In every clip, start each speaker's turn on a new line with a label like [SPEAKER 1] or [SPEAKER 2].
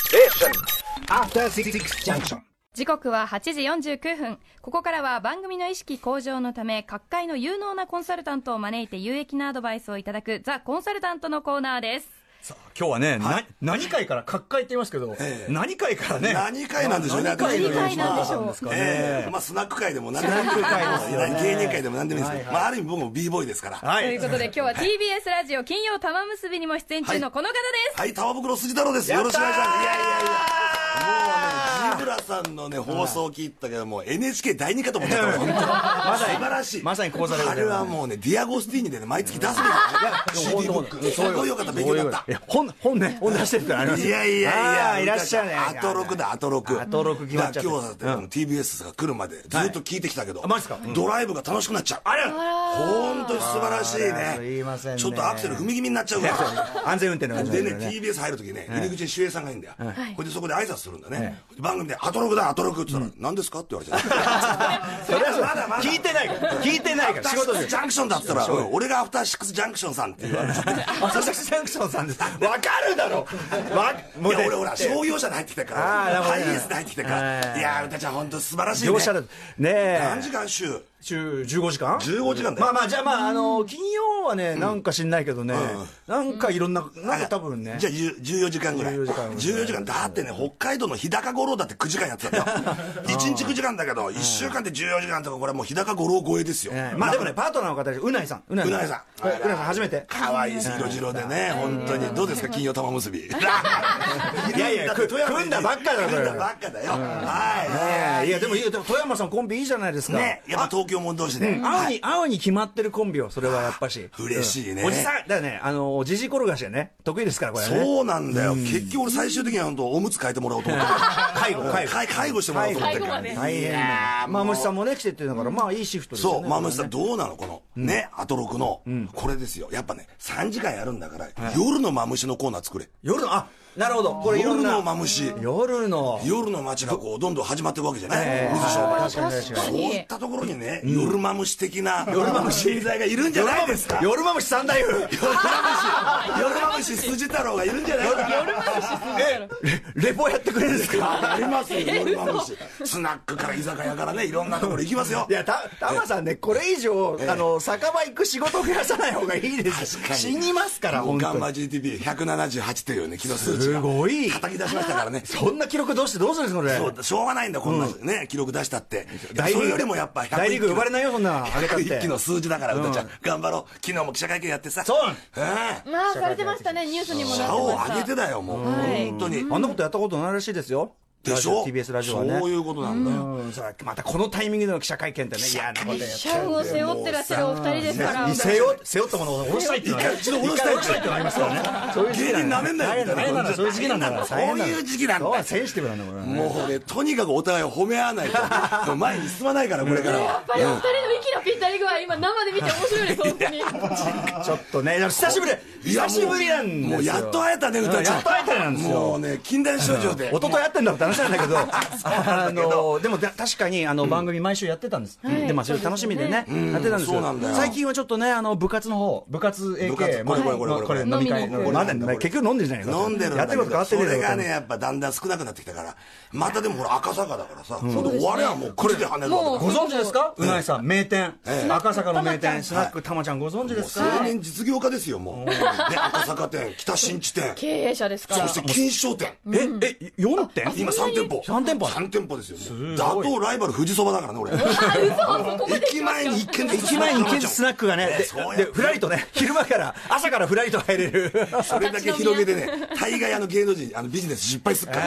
[SPEAKER 1] Station.
[SPEAKER 2] After Six Junction.
[SPEAKER 3] 時刻は8時49分ここからは番組の意識向上のため各界の有能なコンサルタントを招いて有益なアドバイスをいただくザ・コンサルタントのコーナーです
[SPEAKER 4] さあ今日はね、な何回から各回って言いますけど、何回からね
[SPEAKER 5] 何回なんでしょうね、
[SPEAKER 4] 何回
[SPEAKER 3] 何回なんでしょう
[SPEAKER 4] かね
[SPEAKER 5] ええまあ、スナック界でも何でも
[SPEAKER 4] スナック界ですよね
[SPEAKER 5] 芸人界でも何でもいいですけど、まあ、ある意味僕も b ボーイですから、は
[SPEAKER 4] は
[SPEAKER 3] という
[SPEAKER 4] い
[SPEAKER 3] ことで今日は TBS ラジオ金曜玉結びにも出演中のこの方です、
[SPEAKER 5] い、玉袋筋太郎です、よろしくお願いします。いやいやいや、もうね、ジブラさんのね、放送を聞いたけど、もう NHK 第2かと思ったから、本当
[SPEAKER 4] まさに
[SPEAKER 5] 素晴らしい。
[SPEAKER 4] まさに講座でござい
[SPEAKER 5] あ
[SPEAKER 4] ます
[SPEAKER 5] れはもうね、ディアゴスティーニでね、毎月出すみたいな。CD ブック。すごいよかった、勉強になった
[SPEAKER 4] い。や本本ね本出してるってのあります
[SPEAKER 5] いやいやい
[SPEAKER 4] あ
[SPEAKER 5] や、
[SPEAKER 4] ーいらっしゃいね
[SPEAKER 5] あと6だ、あと6。
[SPEAKER 4] あと六決まっちゃった
[SPEAKER 5] だから今日だって、TBS が来るまでずっと聞いてきたけど、
[SPEAKER 4] あマジっすかうん
[SPEAKER 5] ドライブが楽しくなっちゃう。あれ本当に素晴らしい
[SPEAKER 4] あら
[SPEAKER 5] ね。
[SPEAKER 4] すいませんね
[SPEAKER 5] ちょっとアクセル踏み気味になっちゃうから。
[SPEAKER 4] 安全運転の話
[SPEAKER 5] でね、
[SPEAKER 4] ね
[SPEAKER 5] TBS 入るときね、入り口に守衛さんがいるんだよ。これでそこで挨拶するんだね。番組で、アトロクだ、アトロクって言ったら、何ですかって言われて。
[SPEAKER 4] それはそう
[SPEAKER 5] まだまだ
[SPEAKER 4] 聞いてないから聞いてない
[SPEAKER 5] ア
[SPEAKER 4] か
[SPEAKER 5] フ
[SPEAKER 4] ら
[SPEAKER 5] ター
[SPEAKER 4] 仕
[SPEAKER 5] シ
[SPEAKER 4] 事で
[SPEAKER 5] ックスジャンクションだったら、うん俺がアフターシックスジャンクションさんって言われて。
[SPEAKER 4] あそしてジャンクションさんですわかるだろわも
[SPEAKER 5] いうや
[SPEAKER 4] ね
[SPEAKER 5] 俺ほら商業者で入ってきた
[SPEAKER 4] あー
[SPEAKER 5] か
[SPEAKER 4] なる
[SPEAKER 5] ら
[SPEAKER 4] ほど
[SPEAKER 5] ハイエースで入ってきたからいやー歌ちゃん本当素晴らしいね
[SPEAKER 4] 業者だねえ
[SPEAKER 5] 何時間週
[SPEAKER 4] 週15時間
[SPEAKER 5] 15時間だよ
[SPEAKER 4] まあまあじゃあまああの金曜はねなんか知んないけどねなんかいろんななんか多分ね
[SPEAKER 5] じゃあ10 14時間ぐらい
[SPEAKER 4] 14時間ぐらい
[SPEAKER 5] 14時間だってね北海道の日高五郎だって9時間や ってたんだよ1日9時間だけど1週間で14時間とかこれはもう日高五郎超えですよ
[SPEAKER 4] ええまあでもねパートナーの方でうないさんうな
[SPEAKER 5] うないさん
[SPEAKER 4] これうないさん初めて
[SPEAKER 5] 可愛いです色白でね本当にどうですか金曜 玉結び
[SPEAKER 4] いやいやく組んだばっかだろこれ
[SPEAKER 5] 組んだばっかだよ
[SPEAKER 4] ね
[SPEAKER 5] は
[SPEAKER 4] え
[SPEAKER 5] い
[SPEAKER 4] いやでもいいよでも富山さんコンビいいじゃないですか
[SPEAKER 5] ねやっぱ東京もん同士で
[SPEAKER 4] 青に、青に決まってるコンビを、それはやっぱし。
[SPEAKER 5] 嬉しいね
[SPEAKER 4] うんおじさん、だからね、あの、じじ転がしでね、得意ですから、これね。
[SPEAKER 5] そうなんだよ、結局俺最終的には本当おむつ変えてもらおうと思って
[SPEAKER 4] 介護、介護。
[SPEAKER 5] 介介護してもらおうと思ってるから
[SPEAKER 4] 大変だよ。まむしさんもね、来てっていうのから、まあいいシフトですよ
[SPEAKER 5] そ
[SPEAKER 4] ね。
[SPEAKER 5] う、まあ、むしさ
[SPEAKER 4] こ
[SPEAKER 5] ん、どうなのこの、ね、アトロクの、これですよ。やっぱね、3時間やるんだから、夜のマムシのコーナー作れ。
[SPEAKER 4] れね夜の、あ、なるほど。これいろ
[SPEAKER 5] 夜
[SPEAKER 4] んな。
[SPEAKER 5] のマムシ。
[SPEAKER 4] 夜の。
[SPEAKER 5] 夜の街がこう、どんどん始まっていくわけじゃない、
[SPEAKER 4] ええ
[SPEAKER 5] 水商売。
[SPEAKER 4] 確かに確か
[SPEAKER 5] そう
[SPEAKER 4] に。
[SPEAKER 5] いったところにね、夜マムシ的な、夜マムシ人材がいるんじゃ
[SPEAKER 4] 夜
[SPEAKER 5] ない
[SPEAKER 4] ま
[SPEAKER 5] で
[SPEAKER 4] む
[SPEAKER 5] す
[SPEAKER 4] し
[SPEAKER 5] か、。
[SPEAKER 4] 夜まむし三大夫。
[SPEAKER 5] 夜マムシ、夜マムシ筋太郎がいるんじゃないかな。
[SPEAKER 4] レレポやってくれるん ですか
[SPEAKER 5] ありますよ、夜マムシ。スナックから居酒屋からね、いろんなところ行きますよ
[SPEAKER 4] い。や、た、たまさんね、これ以上、あの、酒場行く仕事増やさない方がいいですよ。
[SPEAKER 5] 確かに
[SPEAKER 4] 死にますから、
[SPEAKER 5] もう
[SPEAKER 4] 本
[SPEAKER 5] ガ
[SPEAKER 4] 当
[SPEAKER 5] ンマ
[SPEAKER 4] に。
[SPEAKER 5] GTP178 というね、気の数値
[SPEAKER 4] す
[SPEAKER 5] が。
[SPEAKER 4] ごい。
[SPEAKER 5] 叩き出しましたからね。
[SPEAKER 4] そんな記録どうしてどうするんですか、これ。
[SPEAKER 5] そうしょうがないんだ、こんなね、記録出したって。
[SPEAKER 4] 大リーグ
[SPEAKER 5] それよりもやっぱ101
[SPEAKER 4] 大リーグ呼ばれないよそんなあげたって
[SPEAKER 5] 101期の数字だから、うたちゃん。頑張ろう。昨日も記者会見やってさ。
[SPEAKER 4] そう
[SPEAKER 5] うん。
[SPEAKER 3] まあされてましたねニュースにもなってました
[SPEAKER 5] 顔を上げてだよ、もう。
[SPEAKER 3] はい
[SPEAKER 5] 本当に。
[SPEAKER 4] あんなことやったことないらしいですよ。
[SPEAKER 5] でし
[SPEAKER 4] ラ
[SPEAKER 5] ょ
[SPEAKER 4] ジオ ?TBS ラジオはね。
[SPEAKER 5] そういうことなんだよ。
[SPEAKER 4] うんさまたこのタイミングでの記者会見ってね、嫌なことやっ
[SPEAKER 3] 社運を背負ってらっしゃるお二人ですから
[SPEAKER 4] た。背負背負ったものを下ろしたいっていうのはね
[SPEAKER 5] 一度下ろしたいって
[SPEAKER 4] のはありますからね。そういう時期
[SPEAKER 5] 芸人
[SPEAKER 4] なだ
[SPEAKER 5] なんめんなよ、み
[SPEAKER 4] 大
[SPEAKER 5] たい
[SPEAKER 4] 変な
[SPEAKER 5] な。
[SPEAKER 4] んだそういう時期なんだから。
[SPEAKER 5] こういう時期なんだ
[SPEAKER 4] そうはセンシティブなんだ、これはね。
[SPEAKER 5] もうね、とにかくお互いを褒め合わないと、前に進まないから、これから
[SPEAKER 3] や
[SPEAKER 5] は
[SPEAKER 3] っ。ぱりお二人の息のぴったり具合今生で見て面白いです本当に
[SPEAKER 4] ちょっとね、久しぶり
[SPEAKER 5] いや
[SPEAKER 4] 久しぶりなんですよ。
[SPEAKER 5] もうやっと会えたね、歌ちゃん。
[SPEAKER 4] やっと会えたねなんですよ
[SPEAKER 5] もうね、禁断症状で。
[SPEAKER 4] 一昨日やってんだろって話なんだけ ど、あのでもだ確かにあの番組、毎週やってたんです、でまあ、それ楽しみでね、やってたんです
[SPEAKER 5] そう
[SPEAKER 4] よ
[SPEAKER 5] なんだよ
[SPEAKER 4] 最近はちょっとね、あの部活の方部活 AK、
[SPEAKER 5] 部活
[SPEAKER 4] まあ
[SPEAKER 5] これこれこれこれ
[SPEAKER 4] 飲み会、
[SPEAKER 3] 飲みに行く
[SPEAKER 4] 飲んでんだね結局飲んでんじゃないか、
[SPEAKER 5] 飲んでるん
[SPEAKER 4] や
[SPEAKER 5] だ
[SPEAKER 4] って
[SPEAKER 5] け
[SPEAKER 4] ること変
[SPEAKER 5] ど
[SPEAKER 4] わって
[SPEAKER 5] そ
[SPEAKER 4] ねえだろ
[SPEAKER 5] れがねやっぱだんだん少なくなってきたからまたでもほら赤坂だからさ、その終わりはもう口で跳ねるわけだ
[SPEAKER 4] ご存知ですか、うなえさん、名店、赤坂の名店、スナックたまちゃん、ご存知ですか、
[SPEAKER 5] 青年実業家ですよもう、ね、赤坂店北新地店
[SPEAKER 3] 経営者ですか
[SPEAKER 5] そ
[SPEAKER 3] ら
[SPEAKER 5] して金賞店
[SPEAKER 4] ええ4店
[SPEAKER 5] 今3店舗
[SPEAKER 4] 三店舗
[SPEAKER 5] 3店舗ですよ打倒ライバル富士そばだからね俺駅前に一軒で
[SPEAKER 4] 駅前に行けるスナックがね、で
[SPEAKER 5] そうやって
[SPEAKER 4] でふらりとね、昼間から、朝からふらりと入れる。
[SPEAKER 5] それだけ広げてね大概あの芸能人あのビジネス失敗すっから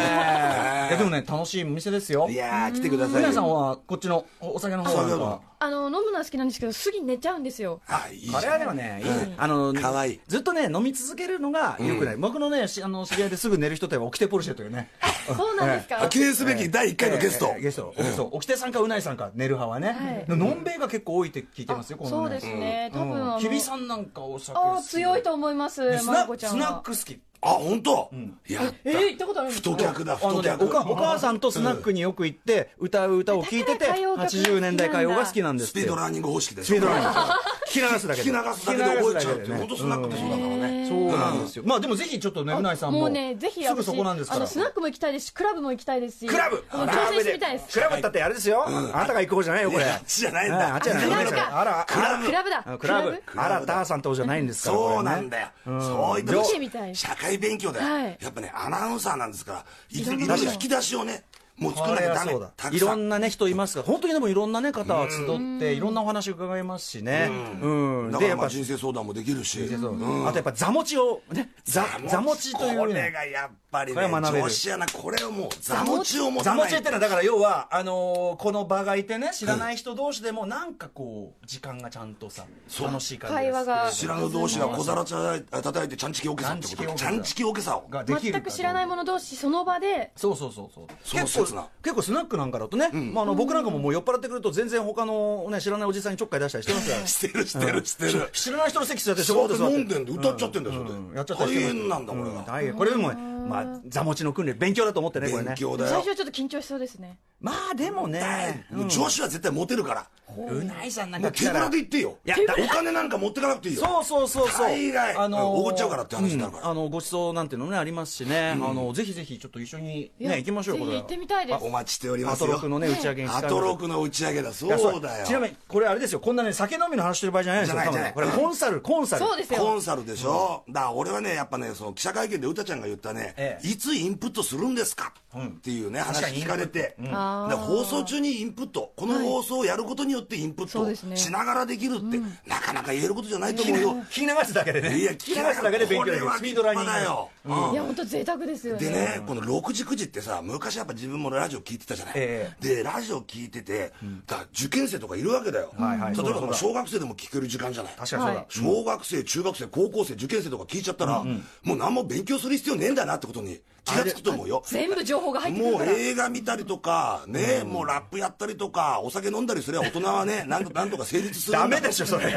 [SPEAKER 5] ね、
[SPEAKER 4] いやでもね楽しいお店ですよ
[SPEAKER 5] いやー来てください
[SPEAKER 4] 皆さん
[SPEAKER 5] よ
[SPEAKER 4] はこっちのお酒の方
[SPEAKER 5] そう
[SPEAKER 4] は
[SPEAKER 5] いうの
[SPEAKER 3] あの飲むのは好きなんですけどすぐ寝ちゃうんですよ
[SPEAKER 5] あいいじ
[SPEAKER 4] これ
[SPEAKER 5] ゃ
[SPEAKER 4] は
[SPEAKER 5] ん
[SPEAKER 4] でもね、いいあの
[SPEAKER 5] かわいい
[SPEAKER 4] ずっとね飲み続けるのがよくない、僕のねしあの知り合いですぐ寝る人といえばオキテポルシェというね
[SPEAKER 3] そうなんです
[SPEAKER 5] あ
[SPEAKER 3] か
[SPEAKER 5] 記念すべき第1回のゲスト、
[SPEAKER 4] えーゲスト、そうオキテさんかうないさんか寝る派はね、でのんべいが結構多いって聞いてますよこのね
[SPEAKER 3] そうですね多分あの
[SPEAKER 4] 日比さんなんかお酒
[SPEAKER 3] あ
[SPEAKER 4] 好
[SPEAKER 3] あ
[SPEAKER 4] き
[SPEAKER 3] 強いと思います
[SPEAKER 4] でスナ
[SPEAKER 3] まるこちゃ
[SPEAKER 4] ス
[SPEAKER 3] ん
[SPEAKER 4] ナッ
[SPEAKER 3] は
[SPEAKER 4] ク好き
[SPEAKER 5] あ本当、いや
[SPEAKER 3] えー行ったことあるんですか
[SPEAKER 5] 太客だ
[SPEAKER 4] あ
[SPEAKER 5] 太
[SPEAKER 4] のね
[SPEAKER 5] 客
[SPEAKER 4] おかお母さんとスナックによく行って歌う歌を聴いてて
[SPEAKER 3] だから歌謡曲が好き
[SPEAKER 4] 80
[SPEAKER 3] なんだ
[SPEAKER 4] 年代歌謡が好きなんです
[SPEAKER 5] ス
[SPEAKER 4] って
[SPEAKER 5] ピードランニング方式で
[SPEAKER 4] スピードライン聞き流すだけ
[SPEAKER 5] 聞
[SPEAKER 4] で
[SPEAKER 5] き流すだけで覚えちゃう
[SPEAKER 4] 聞き流すだ
[SPEAKER 5] って
[SPEAKER 4] けでね
[SPEAKER 5] 本当スナックってそうだからね
[SPEAKER 4] そうなんですよ。まあでもぜひちょっとね、うないさんも。
[SPEAKER 1] もうね、ぜひ
[SPEAKER 4] す
[SPEAKER 1] 私
[SPEAKER 4] ぐそこなんですか
[SPEAKER 1] あの
[SPEAKER 4] ら。
[SPEAKER 1] スナックも行きたいですし、クラブも行きたいですし、
[SPEAKER 2] クラブ
[SPEAKER 1] もう挑戦してみたいです。
[SPEAKER 2] クラブだってあれですよ。あなたが行こうじゃないよ、これ。
[SPEAKER 5] あっちじゃないん
[SPEAKER 4] あ
[SPEAKER 5] だ
[SPEAKER 4] あっちじゃないごめんなさいあら、
[SPEAKER 5] クラブ
[SPEAKER 1] クラブだ。
[SPEAKER 4] あクラブ。あら、ダーさんとこじゃないんですから。
[SPEAKER 5] そうなん
[SPEAKER 4] だ。
[SPEAKER 5] だよ、そういった
[SPEAKER 1] 見てみたい
[SPEAKER 5] 社会勉強だよ、
[SPEAKER 1] はい
[SPEAKER 5] やっぱねアナウンサーなんですからいろ
[SPEAKER 1] ろん
[SPEAKER 5] い
[SPEAKER 1] な
[SPEAKER 5] ろ引き出しをねもう作
[SPEAKER 4] こ
[SPEAKER 5] らなき
[SPEAKER 4] れ
[SPEAKER 5] ゃ
[SPEAKER 4] は
[SPEAKER 5] ダメ
[SPEAKER 4] そうだ
[SPEAKER 5] たく
[SPEAKER 4] い
[SPEAKER 5] さ
[SPEAKER 4] ろ
[SPEAKER 5] ん
[SPEAKER 4] んなね人いますから本当にでもいろんなね方が集っていろんなお話伺えますしねうん
[SPEAKER 5] だか
[SPEAKER 4] で
[SPEAKER 5] ら
[SPEAKER 4] やっ
[SPEAKER 5] まあ
[SPEAKER 4] ぱ
[SPEAKER 5] 人生相談もできるし
[SPEAKER 4] あとやっぱ座持ちをね座座持ちとい
[SPEAKER 5] こ
[SPEAKER 4] う
[SPEAKER 5] れ
[SPEAKER 4] ね
[SPEAKER 5] がやっぱり
[SPEAKER 4] こ
[SPEAKER 5] ね
[SPEAKER 4] れは学べる
[SPEAKER 5] 女子アナこれをもう座持ちを持
[SPEAKER 4] 座
[SPEAKER 5] た
[SPEAKER 4] 持
[SPEAKER 5] ない
[SPEAKER 4] ちってのはだから要はあのーこの場がいてね知らない人同士でもなんかこう時間がちゃんとさ楽しい感じ
[SPEAKER 1] 会話が
[SPEAKER 5] 知らぬ同士が小皿叩いてちゃんちきおけさってことち
[SPEAKER 4] ち
[SPEAKER 5] ゃ
[SPEAKER 4] ゃ
[SPEAKER 5] ん
[SPEAKER 4] ん
[SPEAKER 5] ち
[SPEAKER 4] ち
[SPEAKER 5] きおけさを
[SPEAKER 4] ができる
[SPEAKER 1] 全く知らないもの同士、その場で、
[SPEAKER 4] そうそうそうそう
[SPEAKER 5] そう
[SPEAKER 4] 結構
[SPEAKER 5] 切な
[SPEAKER 4] 結構スナックなんかだとね、まあ、あの僕なんかももう酔っ払ってくると全然他の、ね、知らないおじさんにちょっかい出したりしてますから
[SPEAKER 5] してるしてるしてる
[SPEAKER 4] 知らない人の席座ってし
[SPEAKER 5] そ
[SPEAKER 4] ょ
[SPEAKER 5] う
[SPEAKER 4] っ
[SPEAKER 5] で
[SPEAKER 4] と
[SPEAKER 5] 飲
[SPEAKER 4] 座って。
[SPEAKER 5] んでんで歌っちゃってんだよ
[SPEAKER 4] うんやっち
[SPEAKER 5] そ
[SPEAKER 4] ゃ
[SPEAKER 5] れ
[SPEAKER 4] ったり
[SPEAKER 5] 大
[SPEAKER 4] して
[SPEAKER 5] 変なんだこれ
[SPEAKER 4] うん
[SPEAKER 5] が
[SPEAKER 4] 大変これでもね、まあ、座持ちの訓練勉強だと思ってねこれね
[SPEAKER 5] 勉強だ
[SPEAKER 1] 最
[SPEAKER 5] よ
[SPEAKER 1] 初はちょっと緊張しそうですね。
[SPEAKER 4] まあでもね、
[SPEAKER 5] もう女子は絶対モテるから
[SPEAKER 4] うないさんなん
[SPEAKER 5] もう
[SPEAKER 4] か
[SPEAKER 5] 手ぶらで行っていいよ
[SPEAKER 4] いや
[SPEAKER 5] だお金なんか持ってかなくていいよ
[SPEAKER 4] そうそうそうそう
[SPEAKER 5] 大概おごっちゃうからって話になるから
[SPEAKER 4] うんあのご馳走なんてのもねありますしね、あのぜひぜひちょっと一緒に
[SPEAKER 1] いや
[SPEAKER 4] ね行きましょ
[SPEAKER 1] ぜ
[SPEAKER 4] うこ
[SPEAKER 1] ひ
[SPEAKER 4] れ
[SPEAKER 1] 行ってみたいです
[SPEAKER 5] お。待ちしておりま
[SPEAKER 4] ア
[SPEAKER 5] す
[SPEAKER 4] ト
[SPEAKER 5] よ
[SPEAKER 4] ロクのね打ち上げに
[SPEAKER 5] ア
[SPEAKER 4] 使う
[SPEAKER 5] トロクの打ち上げ
[SPEAKER 4] い
[SPEAKER 5] だ
[SPEAKER 4] や
[SPEAKER 5] そうだよ
[SPEAKER 4] ちなみにこれあれですよこんなね酒飲みの話してる場合じゃないですよ
[SPEAKER 5] じ
[SPEAKER 4] 多
[SPEAKER 5] ゃない
[SPEAKER 4] 分ね
[SPEAKER 5] じ
[SPEAKER 4] こ
[SPEAKER 5] ゃ
[SPEAKER 4] れ
[SPEAKER 5] ない
[SPEAKER 4] コンサルコンサル
[SPEAKER 1] そうです
[SPEAKER 5] コ
[SPEAKER 1] よ。
[SPEAKER 5] ンサルでしょ、だから俺はねやっぱねその記者会見でうたちゃんが言ったね、
[SPEAKER 4] ええ
[SPEAKER 5] いつインプットするんですか、っていうね話
[SPEAKER 4] 確かに
[SPEAKER 5] 聞かれて、で
[SPEAKER 1] あー
[SPEAKER 5] 放送中にインプットこの放送をやることによってインプット
[SPEAKER 1] そう
[SPEAKER 5] を
[SPEAKER 1] ですね
[SPEAKER 5] しながらできるって、なかなか言えることじゃないと思うよ、
[SPEAKER 4] 聞き流すだけでね
[SPEAKER 5] いや
[SPEAKER 4] 聞き流すだけで勉強できる
[SPEAKER 5] これは
[SPEAKER 4] スピードランニング
[SPEAKER 5] 立派だよ、うん
[SPEAKER 1] いや、本当贅沢ですよ
[SPEAKER 5] で
[SPEAKER 1] ね。
[SPEAKER 5] ね、この6時、9時ってさ、昔やっぱ自分もラジオ聞いてたじゃない、
[SPEAKER 4] え
[SPEAKER 5] でラジオ聞いてて、だから受験生とかいるわけだよ、
[SPEAKER 4] はいはい
[SPEAKER 5] 例えばその
[SPEAKER 4] そ
[SPEAKER 5] 小学生でも聞ける時間じゃない、
[SPEAKER 4] 確かにそうだ、
[SPEAKER 1] はい
[SPEAKER 5] 小学生、中学生、高校生、受験生とか聞いちゃったら、もう何も勉強する必要ねえんだなってことに気がつくと思うよ。
[SPEAKER 1] 全部情報が入ってくる
[SPEAKER 5] もう
[SPEAKER 1] から。
[SPEAKER 5] 映画見たりとか、ね、もうラップやったりとか、お酒飲んだりすれば大人 はね、なんとなんとか成立するんだ
[SPEAKER 4] ダメでしょそれ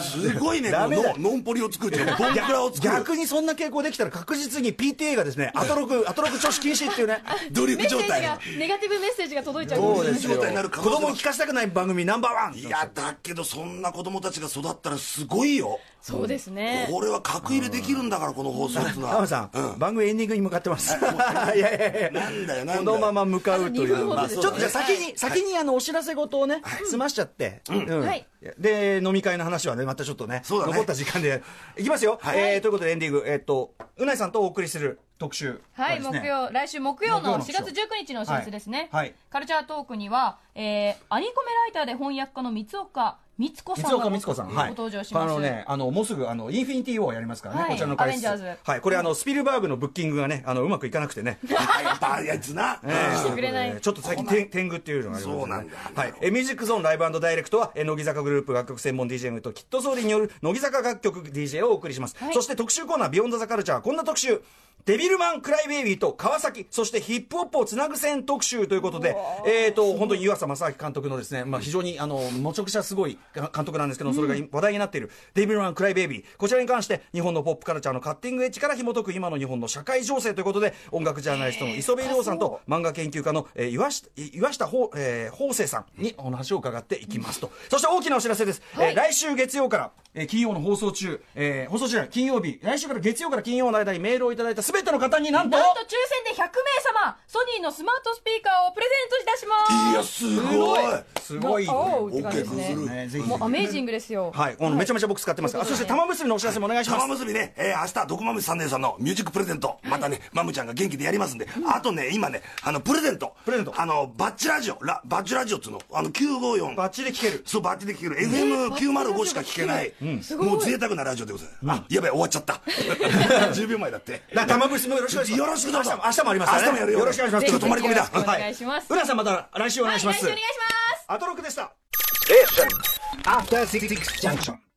[SPEAKER 5] すごいね、
[SPEAKER 4] ダメだ
[SPEAKER 5] このノンポリを作るっていうか、ボンクラを作る。
[SPEAKER 4] 逆にそんな傾向できたら確実に PTA がですねアトロクアトロク調子禁止ってい うね
[SPEAKER 5] 努力
[SPEAKER 1] メッセ
[SPEAKER 5] 状
[SPEAKER 1] ージ
[SPEAKER 5] 態。
[SPEAKER 1] が、ネガティブメッセージが届いちゃうかもしれない。
[SPEAKER 5] すよ状態になる可能
[SPEAKER 4] 子
[SPEAKER 5] 性も
[SPEAKER 4] 供を聞かせたくない番組ナンバーワン
[SPEAKER 5] いや、だけどそんな子供たちが育ったらすごいよ。
[SPEAKER 1] そうですね。
[SPEAKER 5] これは格入れできるんだから、この放送っていうのは。
[SPEAKER 4] 浜田さん、番組エンディングに向かってますいや いやいや
[SPEAKER 5] なんだよ、なんだよ。
[SPEAKER 4] このまま向かうとい
[SPEAKER 1] あと二
[SPEAKER 4] う、
[SPEAKER 1] 分ほどです
[SPEAKER 4] ちょっとじゃあ先に、先にあのお知らせ事をね、済ましちゃって、うん
[SPEAKER 1] はい
[SPEAKER 4] で、飲み会の話はね、またちょっとね、
[SPEAKER 5] そうだね
[SPEAKER 4] 残った時間で、いきますよ、
[SPEAKER 5] はい
[SPEAKER 4] えーということでエンディング、えっ、と、うないさんとお送りする特集
[SPEAKER 3] は
[SPEAKER 4] が
[SPEAKER 3] い、
[SPEAKER 4] ですね、
[SPEAKER 3] 木曜、来週木曜
[SPEAKER 4] 木曜
[SPEAKER 3] の
[SPEAKER 4] の
[SPEAKER 3] 4月19日のお知らせですね。
[SPEAKER 4] はいはい
[SPEAKER 3] カルチャートークには、えー、アニコメライターで翻訳家の三岡光子さん
[SPEAKER 4] 光岡光子さん、
[SPEAKER 3] ご登場します。
[SPEAKER 4] あのね、あのもうすぐあのインフィニティ・ウォーやりますからね、
[SPEAKER 3] はい
[SPEAKER 4] こちらの解説
[SPEAKER 3] アベンジャーズ
[SPEAKER 4] はい、これあのスピルバーグのブッキングがね、あのうまくいかなくてね、
[SPEAKER 5] あやっぱやつな。
[SPEAKER 1] 来てくれない。
[SPEAKER 4] ちょっと最近天天狗っていうのがありますね
[SPEAKER 5] そうなんだ
[SPEAKER 4] はい、えミュージックゾーンライブダイレクトはえ乃木坂グループ楽曲専門 DJM とキットソーリーによる乃木坂楽曲 DJ をお送りします、そして特集コーナー「ビヨンドザカルチャーこんな特集デビルマン・クライベイビーと川崎そしてヒップホップをつなぐ線特集ということで、えー、と本当に湯浅正明監督のですね、まあ、非常にあのもちょくちゃすごい監督なんですけど、それが話題になっている「デビルマン・クライベイビー」こちらに関して日本のポップカルチャーのカッティングエッジから紐解く今の日本の社会情勢ということで音楽ジャーナリストの磯部亮さんと漫画研究家の、えー岩下岩下ほう、えー、法生さんにお話を伺っていきますと、そして大きなお知らせです、えー来週月曜から、えー金曜の放送中、えー放送中じゃない金曜日来週から月曜から金曜の間にメールをいただいた全ての方になんと
[SPEAKER 3] なんと抽選で100名様、ソニーのスマートスピーカーをプレゼントいたします。
[SPEAKER 5] いや、す
[SPEAKER 4] す
[SPEAKER 5] ごい。
[SPEAKER 4] ごい、
[SPEAKER 1] おうって
[SPEAKER 5] オッ
[SPEAKER 1] 感
[SPEAKER 5] ケ
[SPEAKER 1] じで
[SPEAKER 5] ー
[SPEAKER 1] す
[SPEAKER 5] グ
[SPEAKER 1] ね
[SPEAKER 5] ーグ。ル。
[SPEAKER 4] ね、ぜひ
[SPEAKER 1] もうアメージングですよ。
[SPEAKER 4] はい、このめちゃめちゃ僕使ってます、あそして玉結びのお知らせもお願いします
[SPEAKER 5] 玉結びね、えー、明日、ドクマムシ三年さんのミュージックプレゼント。またね、マムちゃんが元気でやりますんで。あとね、今ね、あの、プレゼント。
[SPEAKER 4] プレゼント
[SPEAKER 5] あの、バッチラジオ。ラバッチラジオっつうの。あの、954。
[SPEAKER 4] バッチで聞ける
[SPEAKER 5] そう、バッチで聞ける。FM905 しか聞けない。もう贅沢なラジオでございます。あ、やばい、終わっちゃった。10秒 前だって。
[SPEAKER 4] だ玉結びもよろしくお願いします
[SPEAKER 5] よろしくど
[SPEAKER 4] 明
[SPEAKER 5] う
[SPEAKER 4] 日
[SPEAKER 5] ぞ
[SPEAKER 4] も明日もありますから、ね、
[SPEAKER 5] 明日もやるよ
[SPEAKER 4] よろしくお願いします
[SPEAKER 5] ちょっと泊まり込みだ
[SPEAKER 1] ぜひよろしくお願いします。
[SPEAKER 4] 浦さんまた来週お願いします、
[SPEAKER 3] はい、よろしくお願いします。
[SPEAKER 4] アトロックでした
[SPEAKER 2] After Six Junction.